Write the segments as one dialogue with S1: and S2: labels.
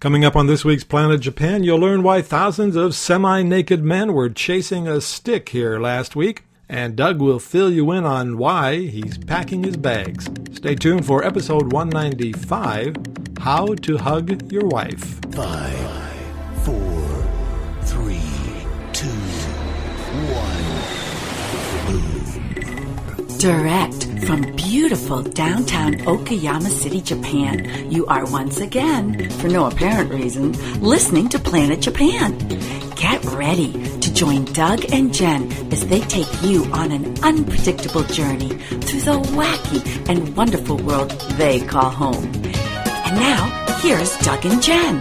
S1: Coming up on this week's Planet Japan, you'll learn why thousands of semi naked men were chasing a stick here last week, and Doug will fill you in on why he's packing his bags. Stay tuned for episode 195 How to Hug Your Wife.
S2: Five, four, three, two, one.
S3: Direct from beautiful downtown Okayama City, Japan, you are once again, for no apparent reason, listening to Planet Japan. Get ready to join Doug and Jen as they take you on an unpredictable journey through the wacky and wonderful world they call home. And now, here's Doug and Jen.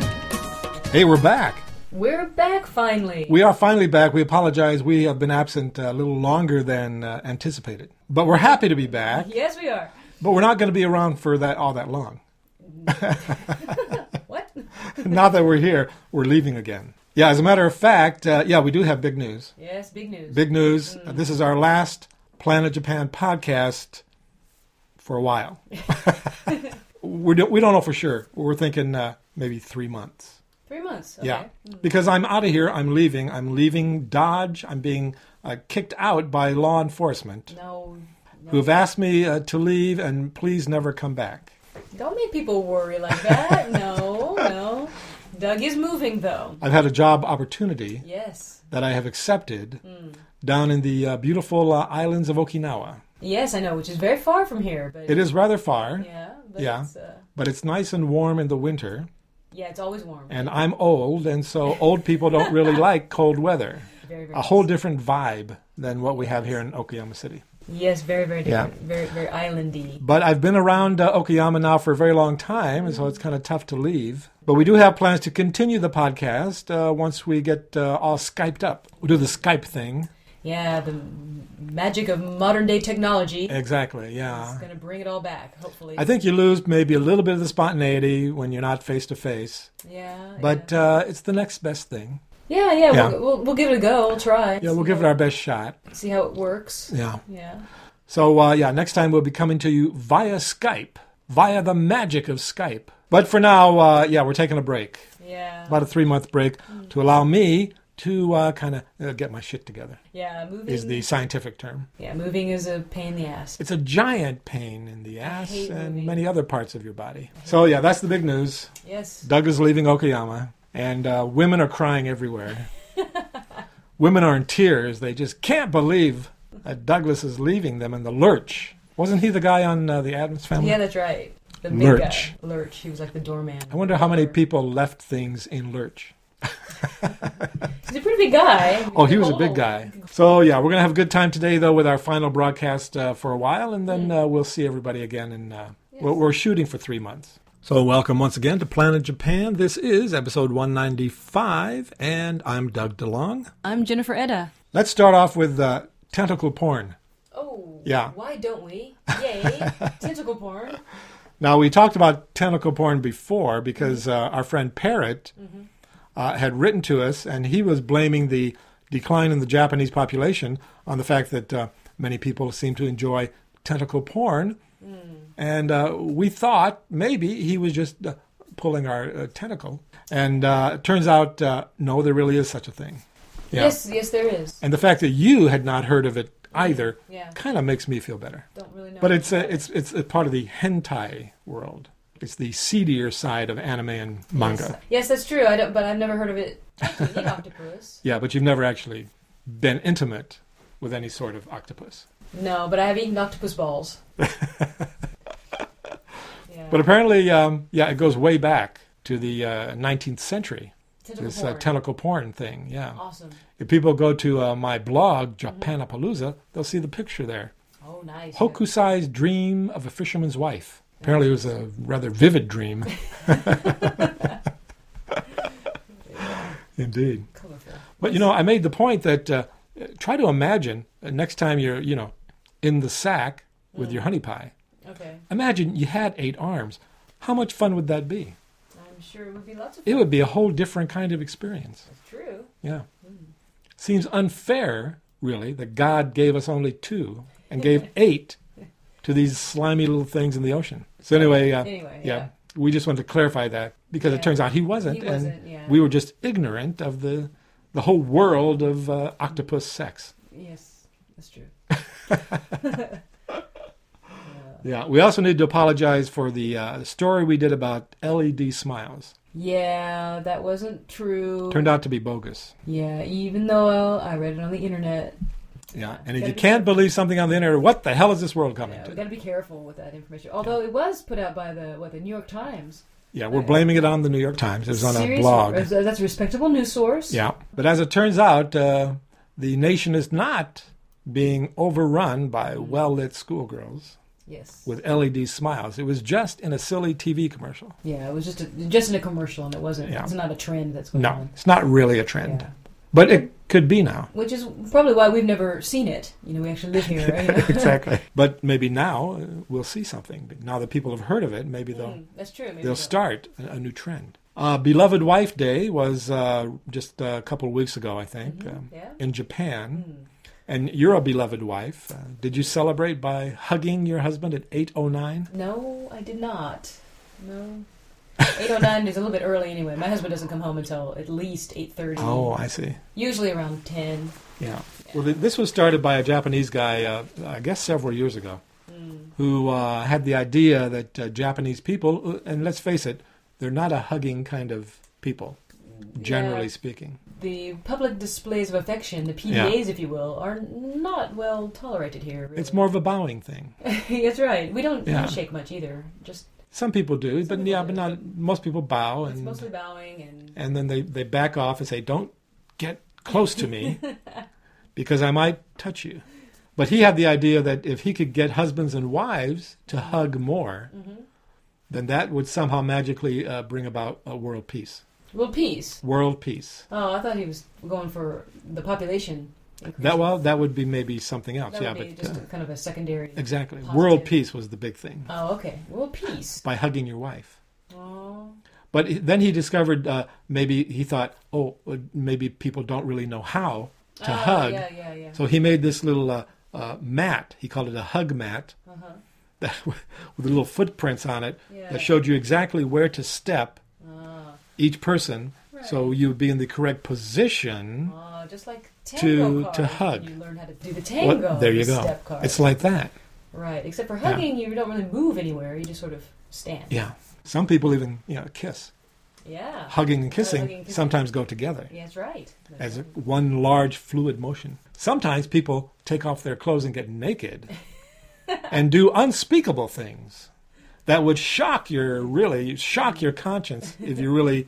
S1: Hey, we're back.
S4: We're back finally.
S1: We are finally back. We apologize. We have been absent a little longer than uh, anticipated, but we're happy to be back.
S4: yes, we are.
S1: But we're not going to be around for that all that long.
S4: What?
S1: now that we're here, we're leaving again. Yeah, as a matter of fact, uh, yeah, we do have big news.
S4: Yes, big news.
S1: Big news. Uh, This is our last Planet Japan podcast for a while. we don't we don't know for sure. We're thinking uh, maybe three months.
S4: Three months.
S1: Yeah,
S4: okay.
S1: because I'm out of here. I'm leaving. I'm leaving Dodge. I'm being uh, kicked out by law enforcement,
S4: No,
S1: who have asked me uh, to leave and please never come back.
S4: don't make people worry like that. no, no. Doug is moving though.
S1: I've had a job opportunity
S4: Yes.
S1: that I have accepted
S4: Hmm.
S1: down in the uh, beautiful uh, islands of Okinawa.
S4: Yes, I know, which is very far from here, but
S1: It is rather far,
S4: Yeah, but
S1: Yeah.
S4: It's, uh,
S1: but it's nice and warm in the winter.
S4: yeah, it's always warm.
S1: And I'm old, and so old people don't really like cold weather.
S4: Very, very
S1: A whole different vibe than what we have here in Okayama City.
S4: Yes, very, very
S1: Yeah.
S4: different. Very, very islandy.
S1: But I've been around uh, Okayama now for a very long time, and so it's kind of tough to leave. But we do have plans to continue the podcast uh, once we get uh, all Skyped up. We'll do the Skype thing.
S4: Yeah, the magic of modern day technology
S1: Exactly,
S4: is
S1: yeah.
S4: going to bring it all back, hopefully.
S1: I think you lose maybe a little bit of the spontaneity when you're not face to face,
S4: yeah.
S1: but uh, it's the next best thing.
S4: yeah, yeah, yeah,
S1: yeah.
S4: We'll, we'll, we'll give it a go. We'll try.
S1: Yeah, we'll give it our best shot.
S4: See how it works.
S1: Yeah.
S4: Yeah.
S1: So, uh, yeah, next time we'll be coming to you via Skype, via the magic of Skype. But for now, uh, yeah, we're taking a break,
S4: Yeah.
S1: about a three month break, to allow me to uh, kind of uh, get my shit together,
S4: yeah, moving
S1: is the scientific term.
S4: Yeah, moving is a pain in the ass.
S1: It's a giant pain in the ass
S4: hate
S1: and
S4: moving.
S1: many other parts of your body. So, yeah, that's the big news.
S4: Yes.
S1: Doug is leaving Okayama, and uh, women are crying everywhere. women are in tears. They just can't believe that Douglas is leaving them in the lurch. Wasn't he the guy on uh, the Adams Family?
S4: Yeah, that's right. The big
S1: Lurch.
S4: guy. Lurch. He was like the doorman.
S1: I wonder how many people left things in lurch.
S4: He's a pretty big guy.
S1: Oh, he was a big guy. So yeah, we're gonna have a good time today though with our final broadcast uh, for a while, and then uh, we'll see everybody again. And uh, we're, we're shooting for three months. So welcome once again to Planet Japan. This is episode 195, and I'm Doug DeLong.
S5: I'm Jennifer Edda.
S1: Let's start off with uh, tentacle porn.
S4: Oh.
S1: Yeah.
S4: Why don't we? Yay. Tentacle porn.
S1: Now we talked about tentacle porn before because uh, our friend Parrot
S4: Mm-hmm.
S1: uh, had written to us, and he was blaming the decline in the Japanese population on the fact that uh, many people seem to enjoy tentacle porn,
S4: Mm.
S1: and uh, we thought maybe he was just uh, pulling our uh, tentacle, and uh, it turns out uh, no, there really is such a thing. Yeah.
S4: Yes, yes, there is.
S1: And the fact that you had not heard of it either
S4: Yeah.
S1: kind of makes me feel better.
S4: Don't really know.
S1: But it's a, it's it's a part of the hentai world. It's the seedier side of anime and manga.
S4: Yes, that's true. I don't, but I've never heard of it. I can eat octopus.
S1: Yeah, but you've never actually been intimate with any sort of octopus.
S4: No, but I have eaten octopus balls. yeah.
S1: But apparently, um, yeah, it goes way back to the uh, 19th century.
S4: tentacle
S1: This
S4: porn. Oh.
S1: uh, tentacle porn thing. Yeah,
S4: awesome.
S1: if people go to uh, my blog
S4: Mm-hmm.
S1: Japanapalooza, they'll see the picture there.
S4: Oh, nice.
S1: Hokusai's dream of a fisherman's wife. Apparently, it was a rather vivid dream. Indeed.
S4: Colorful.
S1: But you know, I made the point that uh, try to imagine uh, next time you're, you know, in the sack with
S4: Mm.
S1: your honey pie.
S4: Okay.
S1: Imagine you had eight arms. How much fun would that be?
S4: I'm sure it would be lots of
S1: It would be a whole different kind of experience.
S4: True.
S1: Yeah.
S4: Mm.
S1: Seems unfair, really, that God gave us only two and gave eight to these slimy little things in the ocean. So anyway, uh,
S4: Anyway,
S1: yeah.
S4: yeah.
S1: we just wanted to clarify that because
S4: Yeah.
S1: it turns out he wasn't,
S4: He
S1: and
S4: wasn't, yeah.
S1: we were just ignorant of the the whole world of uh, octopus sex.
S4: Yes, that's true.
S1: Yeah, we also need to apologize for the uh, story we did about LED smiles.
S4: Yeah, that wasn't true.
S1: Turned out to be bogus.
S4: yeah, even though I read it on the internet,
S1: Yeah, and if
S4: Gotta
S1: you
S4: be
S1: can't believe something on the internet, what the hell is this world coming
S4: yeah, we
S1: to?
S4: got to be careful with that information. Although it was put out by the what the New York Times.
S1: Yeah, we're blaming it on the New York Times. It was on
S4: Serious-
S1: a blog.
S4: uh, That's a respectable news source.
S1: Yeah, but as it turns out, uh, the nation is not being overrun by well lit schoolgirls
S4: Yes.
S1: with LED smiles. It was just in a silly TV commercial.
S4: yeah, it was just a, just in a commercial, and it wasn't.
S1: Yeah.
S4: It's not a trend that's going
S1: No,
S4: on.
S1: it's not really a trend,
S4: Yeah.
S1: but it could be now.
S4: Which is probably why we've never seen it. You know, we actually live here. you know?
S1: exactly. But maybe now uh, we'll see something. Now that people have heard of it, maybe they'll
S4: Mm, that's true. Maybe
S1: they'll
S4: we'll-
S1: start a a new trend. Uh, Beloved Wife Day was uh, just a couple of weeks ago, I think, um,
S4: Hmm, yeah.
S1: in Japan. And you're a beloved wife. Uh, did you celebrate by hugging your husband at 8.09?
S4: No, I did not. No. 809 is a little bit early anyway. My husband doesn't come home until at least 8:30.
S1: Oh, I see.
S4: Usually around 10.
S1: Yeah. Well, th- this was started by a Japanese guy, uh, I guess several years ago,
S4: Hmm.
S1: who uh, had the idea that uh, Japanese people, and let's face it, they're not a hugging kind of people, generally
S4: Yeah.
S1: speaking.
S4: The public displays of affection, the PDAs if you will, are not well tolerated here. Really.
S1: It's more of a bowing thing.
S4: That's right. We don't
S1: Yeah.
S4: shake much either. Just
S1: Some people do,
S4: Some
S1: but
S4: people
S1: yeah,
S4: do,
S1: but not most people bow
S4: it's
S1: and
S4: mostly bowing and
S1: and then they, they back off and say, "Don't get close to me because I might touch you." But he had the idea that if he could get husbands and wives to
S4: Mm-hmm.
S1: hug more, then that would somehow magically uh, bring about a world peace.
S4: well peace.
S1: World peace.
S4: Oh, I thought he was going for the population. increase.
S1: That well, that would be maybe something else.
S4: That
S1: yeah,
S4: would be
S1: but
S4: just
S1: uh,
S4: kind of a secondary.
S1: exactly,
S4: positive.
S1: world peace was the big thing
S4: Oh, okay. Well, peace.
S1: by hugging your wife.
S4: Oh,
S1: But he- then he discovered uh, maybe he thought, oh, uh, maybe people don't really know how to
S4: Ah,
S1: hug.
S4: Yeah, yeah, yeah.
S1: So he made this little uh, uh, mat. He called it a hug mat
S4: Uh-huh.
S1: that, with little footprints on it
S4: Yeah.
S1: that showed you exactly where to step
S4: Ah.
S1: each person so you would be in the correct position.
S4: Ah, just like tango
S1: to-
S4: card,
S1: to hug.
S4: You learn how to do the tango.
S1: Well, there you
S4: the
S1: go.
S4: Step card.
S1: It's like that.
S4: right, except for hugging, you don't really move anywhere. You just sort of stand.
S1: Yeah. Some people even you know kiss.
S4: Yeah.
S1: Hugging and kissing
S4: hugging and kissing.
S1: sometimes go together
S4: Yeah, that's right.
S1: as
S4: That's right.
S1: one large fluid motion. Sometimes people take off their clothes and get naked and do unspeakable things that would shock your really shock your conscience if you really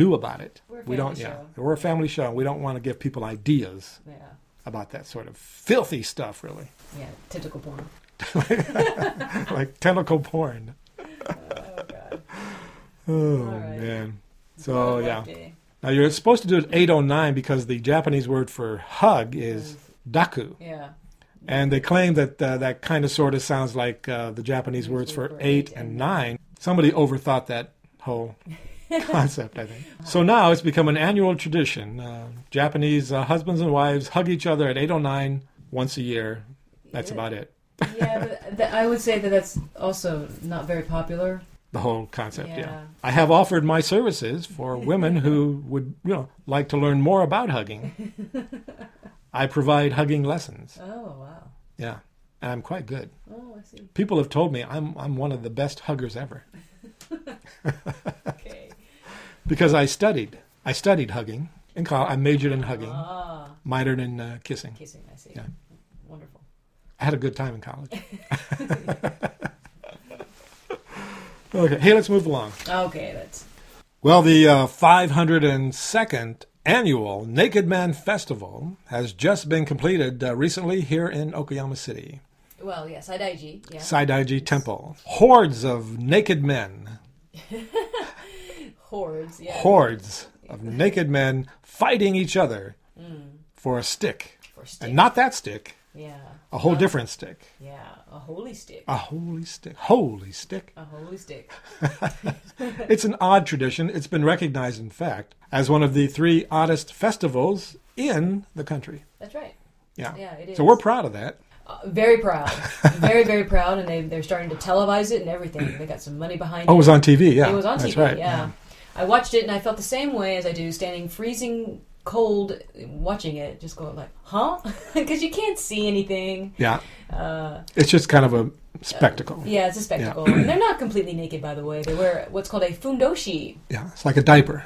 S1: knew about it.
S4: We're a
S1: we don't
S4: family
S1: yeah.
S4: show.
S1: We're a family show and we don't want to give people ideas
S4: yeah.
S1: about that sort of filthy stuff really.
S4: Yeah, tentacle porn.
S1: like tentacle porn.
S4: Oh, God.
S1: Oh
S4: right.
S1: man. So
S4: Love
S1: yeah.
S4: day.
S1: Now you're supposed to do it 809 because the Japanese word for hug is daku.
S4: Yeah.
S1: And they claim that uh, that kind of sort of sounds like uh, the Japanese words for eight and nine. Somebody overthought that whole concept, I think. So now it's become an annual tradition. Uh, Japanese uh, husbands and wives hug each other at 809 once a year. That's about it,
S4: Yeah, but th- I would say that that's also not very popular.
S1: the whole concept, yeah.
S4: Yeah.
S1: I have offered my services for women who would you know, like to learn more about hugging. I provide hugging lessons.
S4: Oh, wow.
S1: Yeah, and I'm quite good.
S4: Oh, I see.
S1: People have told me I'm I'm one of the best huggers ever
S4: Okay.
S1: because I studied. I studied hugging in college. I majored in hugging,
S4: Ah,
S1: minored in uh, kissing.
S4: kissing, I see.
S1: Yeah.
S4: Wonderful.
S1: I had a good time in college. okay, hey, let's move along.
S4: Okay, that's.
S1: Well, the uh, 502nd annual Naked Man Festival has just been completed uh, recently here in Okayama City.
S4: Well, yes, Saidaiji. Yeah.
S1: Saidaiji Temple. Hordes of naked men
S4: Hordes, yeah.
S1: hordes of naked men fighting each other for a stick.
S4: For stick.
S1: And not that stick,
S4: yeah.
S1: a whole different stick.
S4: Yeah, a holy stick.
S1: A holy stick. Holy stick.
S4: A holy stick.
S1: It's an odd tradition. It's been recognized, in fact, as one of the three oddest festivals in the country.
S4: That's right.
S1: Yeah.
S4: Yeah, it
S1: So we're
S4: is.
S1: proud of that.
S4: uh, very proud, very very proud, and they they're starting to televise it and everything. They got some money behind
S1: Oh, it was on TV. Yeah,
S4: it was on
S1: That's
S4: TV.
S1: right.
S4: yeah. I watched it and I felt the same way as I do standing freezing cold watching it. Just going like, huh? Because you can't see anything.
S1: yeah.
S4: Uh,
S1: It's just kind of a spectacle.
S4: yeah, it's a spectacle. and they're not completely naked, by the way. They wear what's called a fundoshi.
S1: Yeah, it's like a diaper.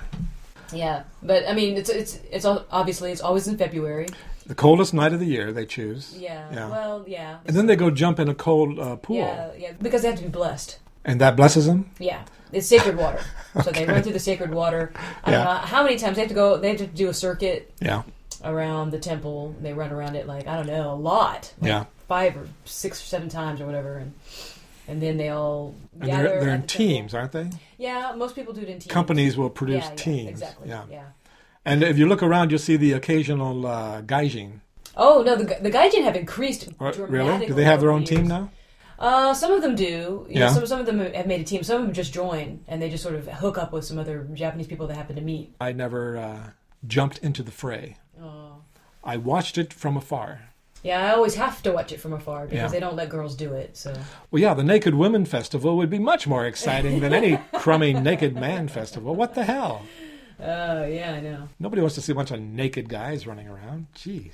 S4: Yeah, but I mean, it's it's it's al- obviously it's always in February.
S1: The coldest night of the year they choose.
S4: Yeah.
S1: Yeah.
S4: Well, yeah.
S1: And then they go jump in a cold uh, pool,
S4: Yeah, yeah, because they have to be blessed.
S1: and that blesses them.
S4: Yeah, it's sacred water. So they run through the sacred water. I don't
S1: Yeah.
S4: know how many times they have to go. They have to do a circuit
S1: Yeah,
S4: around the temple. They run around it like I don't know a lot. Like
S1: Yeah.
S4: five or six or seven times or whatever, and and then they all
S1: and
S4: gather.
S1: they're, they're
S4: at
S1: in
S4: the temple.
S1: teams, aren't they?
S4: Yeah, most people do it in teams.
S1: Companies will
S4: Yeah,
S1: produce
S4: yeah,
S1: teams.
S4: Exactly.
S1: Yeah.
S4: yeah.
S1: And if you look around, you'll see the occasional uh, gaijin.
S4: Oh no, the the gaijin have increased
S1: Or-
S4: dramatically.
S1: Really? Do they have their
S4: over
S1: own
S4: the
S1: team
S4: years.
S1: now?
S4: Uh, some of them do. You
S1: Yeah.
S4: know, some some of them have made a team. Some of them just join and they just sort of hook up with some other Japanese people they happen to meet.
S1: I never uh, jumped into the fray.
S4: Oh.
S1: I watched it from afar.
S4: Yeah, I always have to watch it from afar because
S1: Yeah.
S4: they don't let girls do it. So
S1: Well, yeah, the Naked Women Festival would be much more exciting than any crummy Naked Man Festival. What the hell?
S4: uh, yeah, I know.
S1: Nobody wants to see a bunch of naked guys running around. Jeez.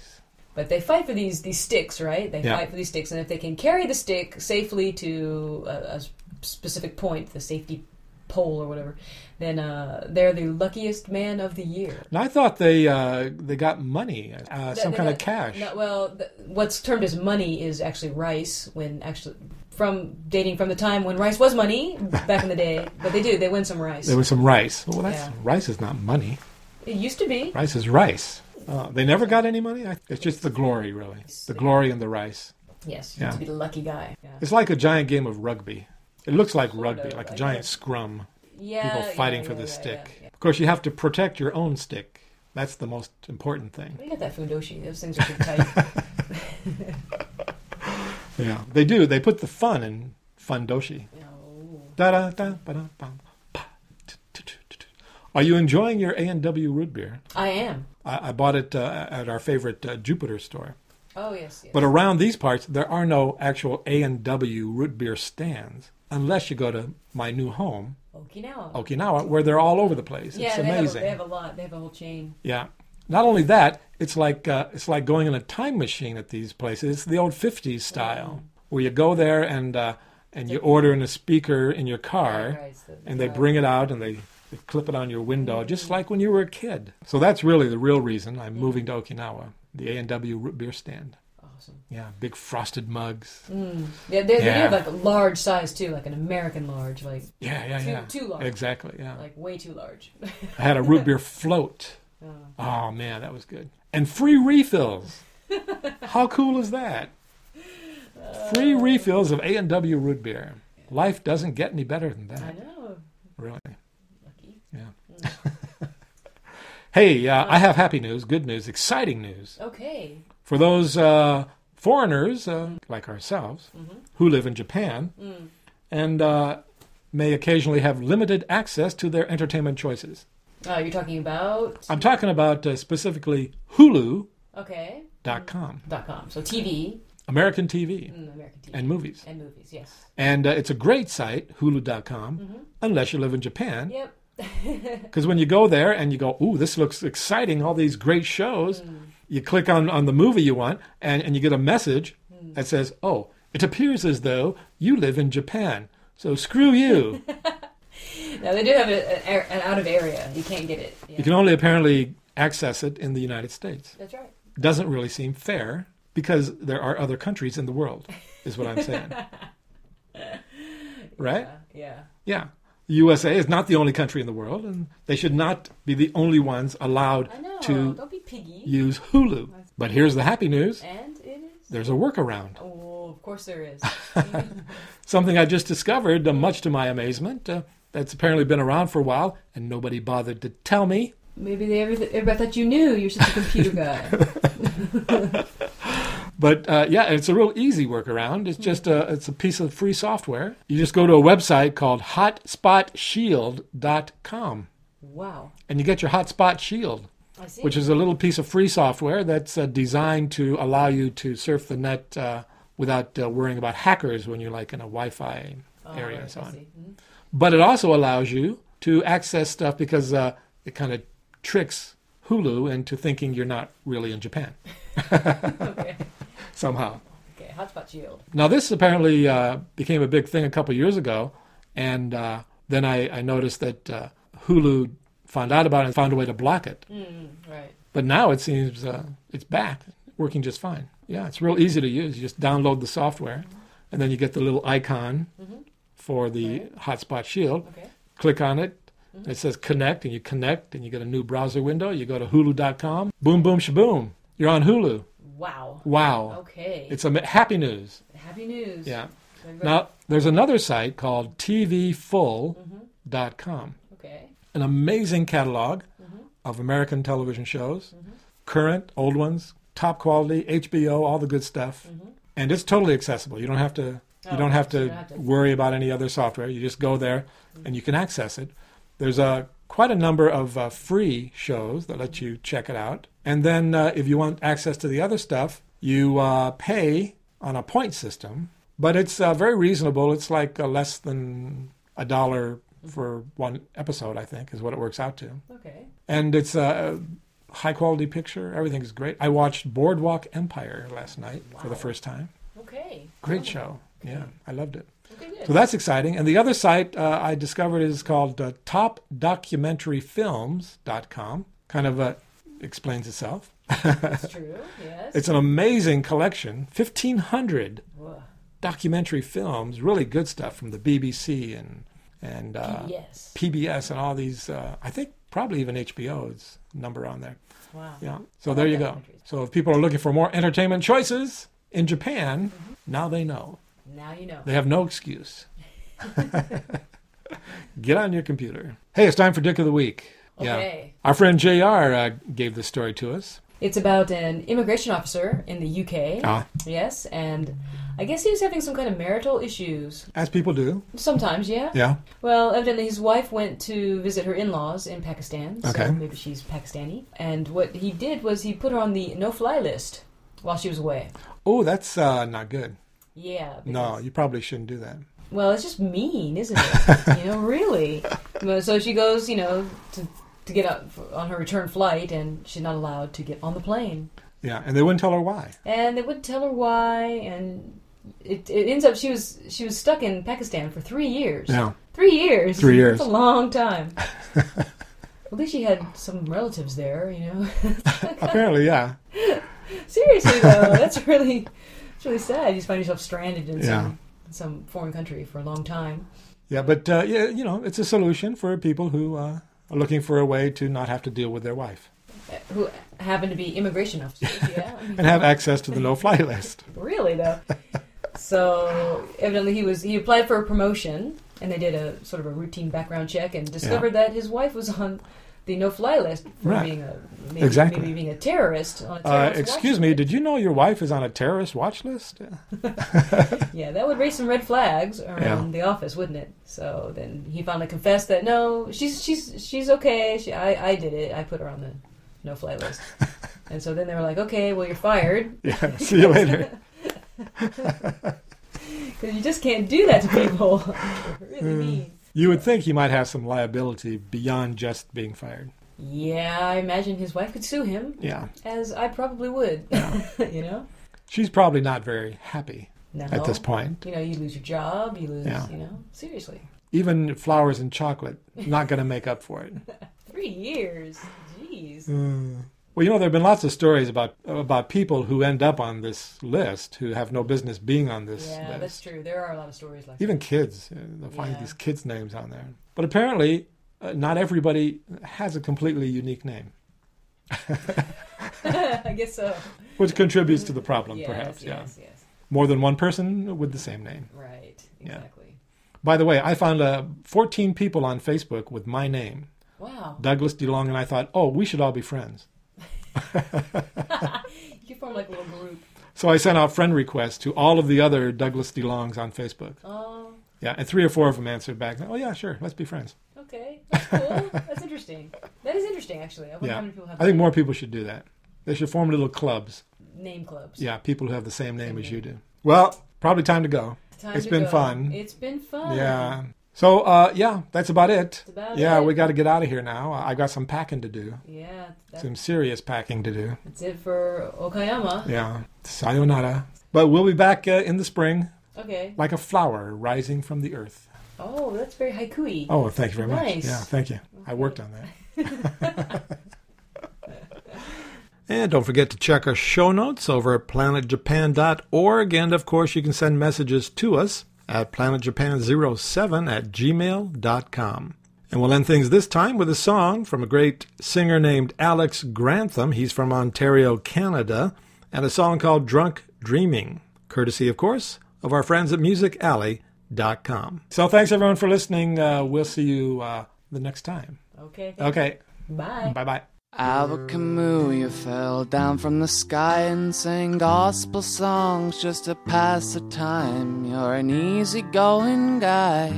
S4: But they fight for these these sticks, right? They
S1: Yeah.
S4: fight for these sticks, and if they can carry the stick safely to a, a s- specific point, the safety pole or whatever, then uh, they're the luckiest man of the year.
S1: And I thought they uh, they got money, uh, some
S4: They- they
S1: kind of
S4: got-
S1: cash.
S4: no, well, th- what's termed as money is actually rice. When actually, from dating from the time when rice was money back in the day, but they do they win some rice.
S1: There was some rice. Well, that's
S4: Yeah.
S1: rice is not money.
S4: it used to be.
S1: Rice is rice. Uh, they never got any money. I- It's just the glory, really. The glory and the rice.
S4: Yes, you
S1: Yeah.
S4: have to be the lucky guy. Yeah,
S1: It's like a giant game of rugby. It looks like rugby,
S4: of,
S1: like a
S4: I
S1: giant
S4: guess.
S1: scrum.
S4: yeah
S1: People
S4: yeah,
S1: fighting for
S4: yeah,
S1: the
S4: yeah,
S1: stick.
S4: yeah, yeah.
S1: Of course, you have to protect your own stick. That's the most important thing.
S4: We got that fundoshi. Those things are pretty tight.
S1: Yeah, they do. They put the fun in fundoshi.
S4: No.
S1: Da da da ba da bum, pa, tu, tu, tu, tu, tu. Are you enjoying your A and W root beer?
S4: I am.
S1: I, I bought it uh, at our favorite uh, Jupiter store.
S4: Oh yes, yes.
S1: But around these parts, there are no actual A and W root beer stands unless you go to my new home,
S4: Okinawa.
S1: Okinawa, where they're all over the place.
S4: yeah,
S1: Oh, it's
S4: they, Have a,
S1: amazing.
S4: they have a lot. They have a whole chain.
S1: Yeah. Not only that, it's like uh, it's like going in a time machine at these places. It's the old '50s style, where you go there and uh, and you order in a speaker in your car,
S4: Right, it's the-
S1: and they bring it out and they, they clip it on your window,
S4: Mm-hmm.
S1: just like when you were a kid. So that's really the real reason I'm moving to Okinawa, the A and W root beer stand.
S4: Awesome.
S1: Yeah, big frosted mugs.
S4: Mm. Yeah, they, they
S1: Yeah.
S4: have like a large size too, like an American large, like
S1: Yeah, yeah,
S4: Too-
S1: yeah.
S4: too large.
S1: Exactly. Yeah.
S4: like way too large.
S1: I had a root beer float. Oh man, that was good. And free refills. How cool is that? Free refills of A and W root beer. Life doesn't get any better than
S4: I
S1: that,
S4: know.
S1: really.
S4: Lucky.
S1: Yeah. hey, uh, I have happy news, good news, exciting news
S4: Okay.
S1: for those uh, foreigners uh, like ourselves who live in Japan and uh, may occasionally have limited access to their entertainment choices.
S4: Oh, you're talking about
S1: I'm talking about uh, specifically Hulu.com,
S4: okay dot com. So TV,
S1: American TV,
S4: mm, American TV,
S1: and movies.
S4: and movies. Yes.
S1: And uh, it's a great site, Hulu.com, unless you live in Japan.
S4: Yep.
S1: Because when you go there and you go, ooh, this looks exciting, all these great shows, you click on, on the movie you want and, and you get a message that says, oh, it appears as though you live in Japan. So screw you.
S4: Now they do have a, a, an out of area. You can't get it. Yeah.
S1: you can only apparently access it in the United States.
S4: That's right.
S1: Doesn't really seem fair because there are other countries in the world, is what I'm saying. right?
S4: Yeah. yeah.
S1: Yeah. The USA is not the only country in the world, and they should not be the only ones allowed
S4: I know.
S1: to
S4: Don't be piggy.
S1: use Hulu. But here's the happy news
S4: And it is.
S1: there's a workaround.
S4: Oh, of course there is.
S1: Something I just discovered, uh, much to my amazement, uh, that's apparently been around for a while, and nobody bothered to tell me.
S4: Maybe they everything, everybody thought you knew. You're such a computer guy.
S1: But uh, yeah, it's a real easy workaround. It's just a, it's a piece of free software. You just go to a website called hotspotshield.com,
S4: wow.
S1: and you get your hotspot shield.
S4: I see.
S1: which is a little piece of free software that's uh, designed to allow you to surf the net uh, without uh, worrying about hackers when you're like in a Wi-Fi
S4: Oh,
S1: area
S4: right,
S1: and so
S4: I
S1: on.
S4: see. Mhm.
S1: But it also allows you to access stuff because uh, it kind of tricks Hulu into thinking you're not really in Japan
S4: okay.
S1: somehow.
S4: Okay. Hotspot Shield.
S1: Now, this apparently uh, became a big thing a couple years ago, and uh, then I, I noticed that uh, Hulu found out about it and found a way to block it.
S4: Right.
S1: But now it seems uh, it's back, working just fine. Yeah, it's real easy to use. You just download the software, and then you get the little icon for the hotspot shield.
S4: Mm-hmm. Okay. Mm-hmm.
S1: Click on it. and It says connect, and you connect, and you get a new browser window. You go to hulu.com. Boom, boom, shaboom. You're on Hulu.
S4: Wow.
S1: Wow.
S4: Okay.
S1: It's a happy news.
S4: Happy news.
S1: Yeah.
S4: So you've got-
S1: Now, there's another site called
S4: Mm-hmm.
S1: tvfull.com,
S4: Okay.
S1: an amazing catalog
S4: Mm-hmm.
S1: of American television shows, current, old ones, top quality, HBO, all the good stuff. And it's totally accessible. You don't have to
S4: Mm-hmm. Oh,
S1: you don't have
S4: so you
S1: to
S4: don't have to- Mm-hmm.
S1: worry about any other software. You just go there and you can access it. There's a quite a number of uh, free shows that let you check it out. And then uh, if you want access to the other stuff, you uh, pay on a point system, but it's uh, very reasonable. It's like uh, less than a dollar
S4: Mm-hmm.
S1: for one episode, I think, is what it works out to.
S4: Okay.
S1: And it's a high quality picture. Everything is great. I watched Boardwalk Empire last night for the first time.
S4: Okay.
S1: Great show. Yeah, I loved it.
S4: Okay. Good.
S1: So that's exciting. And the other site uh, I discovered is called uh, topdocumentaryfilms.com. Kind of uh, explains itself.
S4: That's true. Yes.
S1: It's an amazing collection, 1,500
S4: Whoa.
S1: documentary films, really good stuff from the BBC and, and uh,
S4: yes.
S1: PBS and all these. Uh, I think probably even HBO's number on there.
S4: Wow.
S1: Yeah. So there you go.
S4: documentaries.
S1: So if people are looking for more entertainment choices in Japan, now they know.
S4: Now you know.
S1: They have no excuse. Get on your computer. Hey, it's time for Dick of the Week.
S4: Okay.
S1: Our friend JR uh, gave this story to us.
S4: It's about an immigration officer in the UK.
S1: Ah.
S4: Yes, and I guess he was having some kind of marital issues.
S1: As people do.
S4: Sometimes, yeah.
S1: Yeah.
S4: Well, evidently his wife went to visit her in-laws in Pakistan, so
S1: Okay.
S4: maybe she's Pakistani. And what he did was he put her on the no-fly list while she was away.
S1: Oh, that's uh, not good.
S4: Yeah.
S1: No,
S4: because-
S1: you probably shouldn't do that.
S4: Well, it's just mean, isn't it? you know, really. Well, So she goes, you know, to to get up on her return flight, and she's not allowed to get on the plane.
S1: Yeah, and they wouldn't tell her why.
S4: and they wouldn't tell her why and it, it ends up she was she was stuck in pakistan for three years
S1: Yeah.
S4: three years
S1: Three years.
S4: that's a long time at least she had some relatives there you know
S1: Apparently, yeah.
S4: seriously though that's really it's really sad you just find yourself stranded in
S1: Yeah.
S4: some some foreign country for a long time
S1: Yeah, but uh, yeah, you know, it's a solution for people who uh, are looking for a way to not have to deal with their wife
S4: Uh, who happened to be immigration officers yeah I mean,
S1: and have access to the no-fly list.
S4: Really though. so evidently he was he applied for a promotion and they did a sort of a routine background check and discovered that his wife was on the no-fly list for
S1: Right.
S4: being a maybe,
S1: Exactly.
S4: maybe being a terrorist on a
S1: Uh,
S4: terrorist
S1: excuse
S4: watch
S1: me,
S4: list.
S1: did you know your wife is on a terrorist watch list?
S4: Yeah, that would raise some red flags around the office, wouldn't it? So then he finally confessed that no, she's she's she's okay. She, I I did it. I put her on the no-fly list. and so then they were like, okay, well you're fired
S1: Yeah, see you later.
S4: because you just can't do that to people. really
S1: Hmm.
S4: mean.
S1: You would think he might have some liability beyond just being fired.
S4: Yeah, I imagine his wife could sue him,
S1: Yeah.
S4: as I probably would. you know,
S1: She's probably not very happy
S4: no.
S1: at this point.
S4: you know, you lose your job, you lose,
S1: Yeah.
S4: you know, seriously,
S1: Even flowers and chocolate, not going to make up for it.
S4: three years, jeez.
S1: Mm. Well, you know, there have been lots of stories about about people who end up on this list who have no business being on this
S4: yeah,
S1: list.
S4: that's true. There are a lot of stories like
S1: Even kids, uh, they'll find
S4: Yeah.
S1: these kids' names on there. But apparently, uh, not everybody has a completely unique name,
S4: that. I guess so.
S1: which contributes to the problem,
S4: yes,
S1: perhaps. Yeah.
S4: yes, yes.
S1: More than one person with the same name.
S4: Right,
S1: Yeah.
S4: exactly.
S1: By the way, I found uh, 14 people on Facebook with my name,
S4: Wow,
S1: Douglas DeLong, and I thought, oh, we should all be friends.
S4: you could form like a little group.
S1: So I sent out friend requests to all of the other Douglas DeLongs on Facebook.
S4: Oh,
S1: Yeah, and three or four of them answered back, oh, yeah, sure, let's be friends.
S4: okay, that's cool. that's interesting. That is interesting, actually. I wonder how
S1: Yeah.
S4: many people have
S1: I think more people should do that. They should form little clubs.
S4: name clubs.
S1: Yeah, people who have the same name as you do. Well, probably time to go.
S4: Time
S1: It's
S4: to
S1: been
S4: go.
S1: fun.
S4: It's been fun.
S1: Yeah. So, uh, yeah, that's about it.
S4: about
S1: yeah,
S4: it.
S1: we got to get out of here now. I- I've got some packing to do,
S4: Yeah. That,
S1: some serious packing to do.
S4: that's it for Okayama.
S1: Yeah. Sayonara. But we'll be back uh, in the spring
S4: Okay.
S1: like a flower rising from the earth.
S4: Oh, that's very haiku
S1: Oh, well, thank you very much.
S4: Nice.
S1: Yeah, thank you. I worked on that. and don't forget to check our show notes over at planetjapan.org. And of course, you can send messages to us at planetjapan07 at gmail.com. And we'll end things this time with a song from a great singer named Alex Grantham. He's from Ontario, Canada, and a song called Drunk Dreaming, courtesy, of course, of our friends at musicalley.com. So thanks everyone for listening. Uh, we'll see you uh, the next time.
S4: Okay.
S1: Okay,
S4: Bye.
S1: bye bye.
S5: Albert Camus, you fell down from the sky and sang gospel songs just to pass the time. You're an easygoing guy.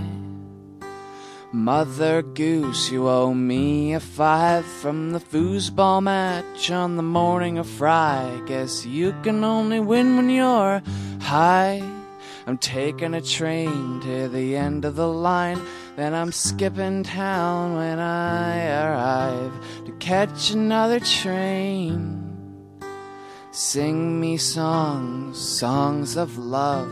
S5: Mother Goose, you owe me a five from the foosball match on the morning of Fry. Guess you can only win when you're high. I'm taking a train to the end of the line, then I'm skipping town when I arrive to catch another train. Sing me songs, songs of love,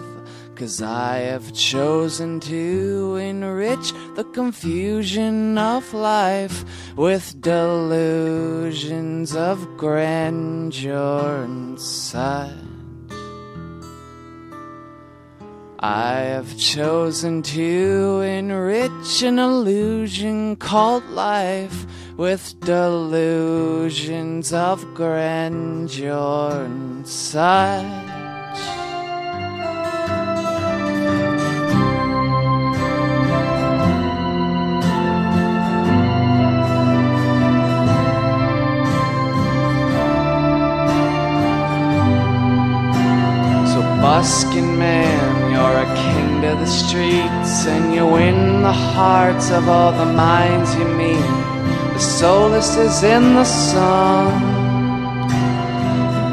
S5: 'cause I have chosen to enrich the confusion of life with delusions of grandeur and such. I have chosen to enrich an illusion called life with delusions of grandeur and such. So buskin man, you're a king to the streets, and you win the hearts of all the minds you meet. The solace is in the song.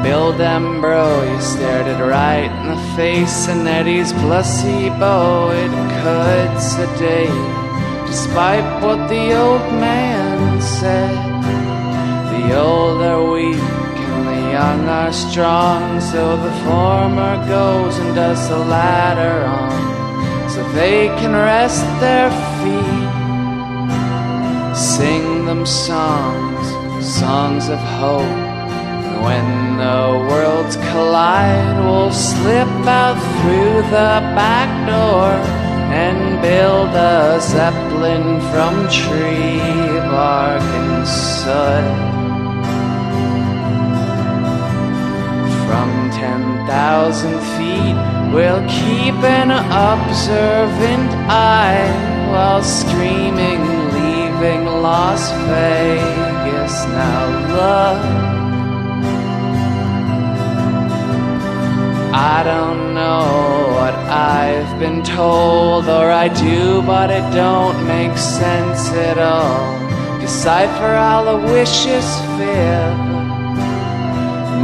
S5: Bill Dembro, you stared it right in the face, and Eddie's placebo, it could sedate. Despite what the old man said. The old are weak and the young are strong, so the former goes and does the latter on, so they can rest their feet. Sing them songs, songs of hope. And When the worlds collide, we'll slip out through the back door and build a zeppelin from tree bark and soot. From 10,000 feet, we'll keep an observant eye while screaming, leaving Las Vegas. Now, look, I don't know what I've been told, or I do, but it don't make sense at all. Decipher Aloysius Fib.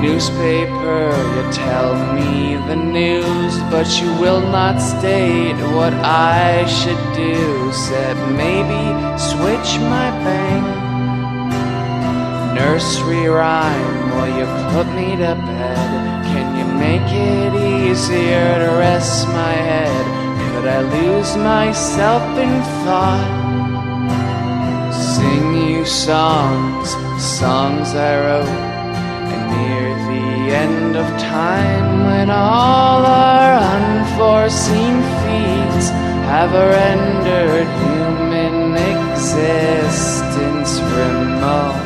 S5: Newspaper, you tell me the news, but you will not state what I should do. Said maybe switch my bank. Nursery rhyme, will you put me to bed? Can you make it easier to rest my head? Could I lose myself in thought? sing you songs, songs I wrote. And near the end of time, when all our unforeseen feats have rendered human existence remote.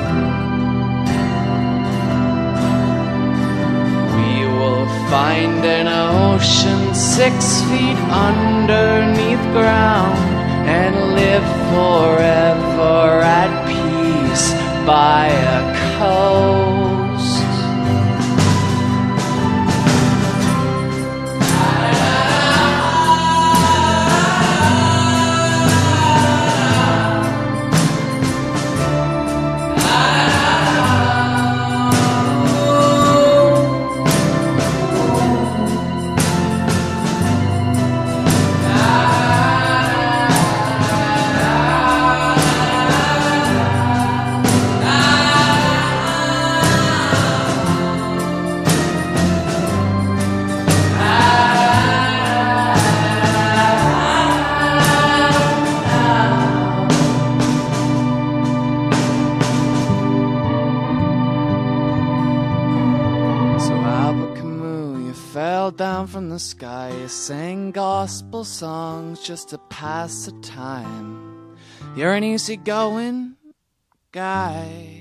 S5: We will find an ocean six feet underneath ground and live forever at peace by a coast. down from the sky. You sang gospel songs just to pass the time. You're an easygoing guy.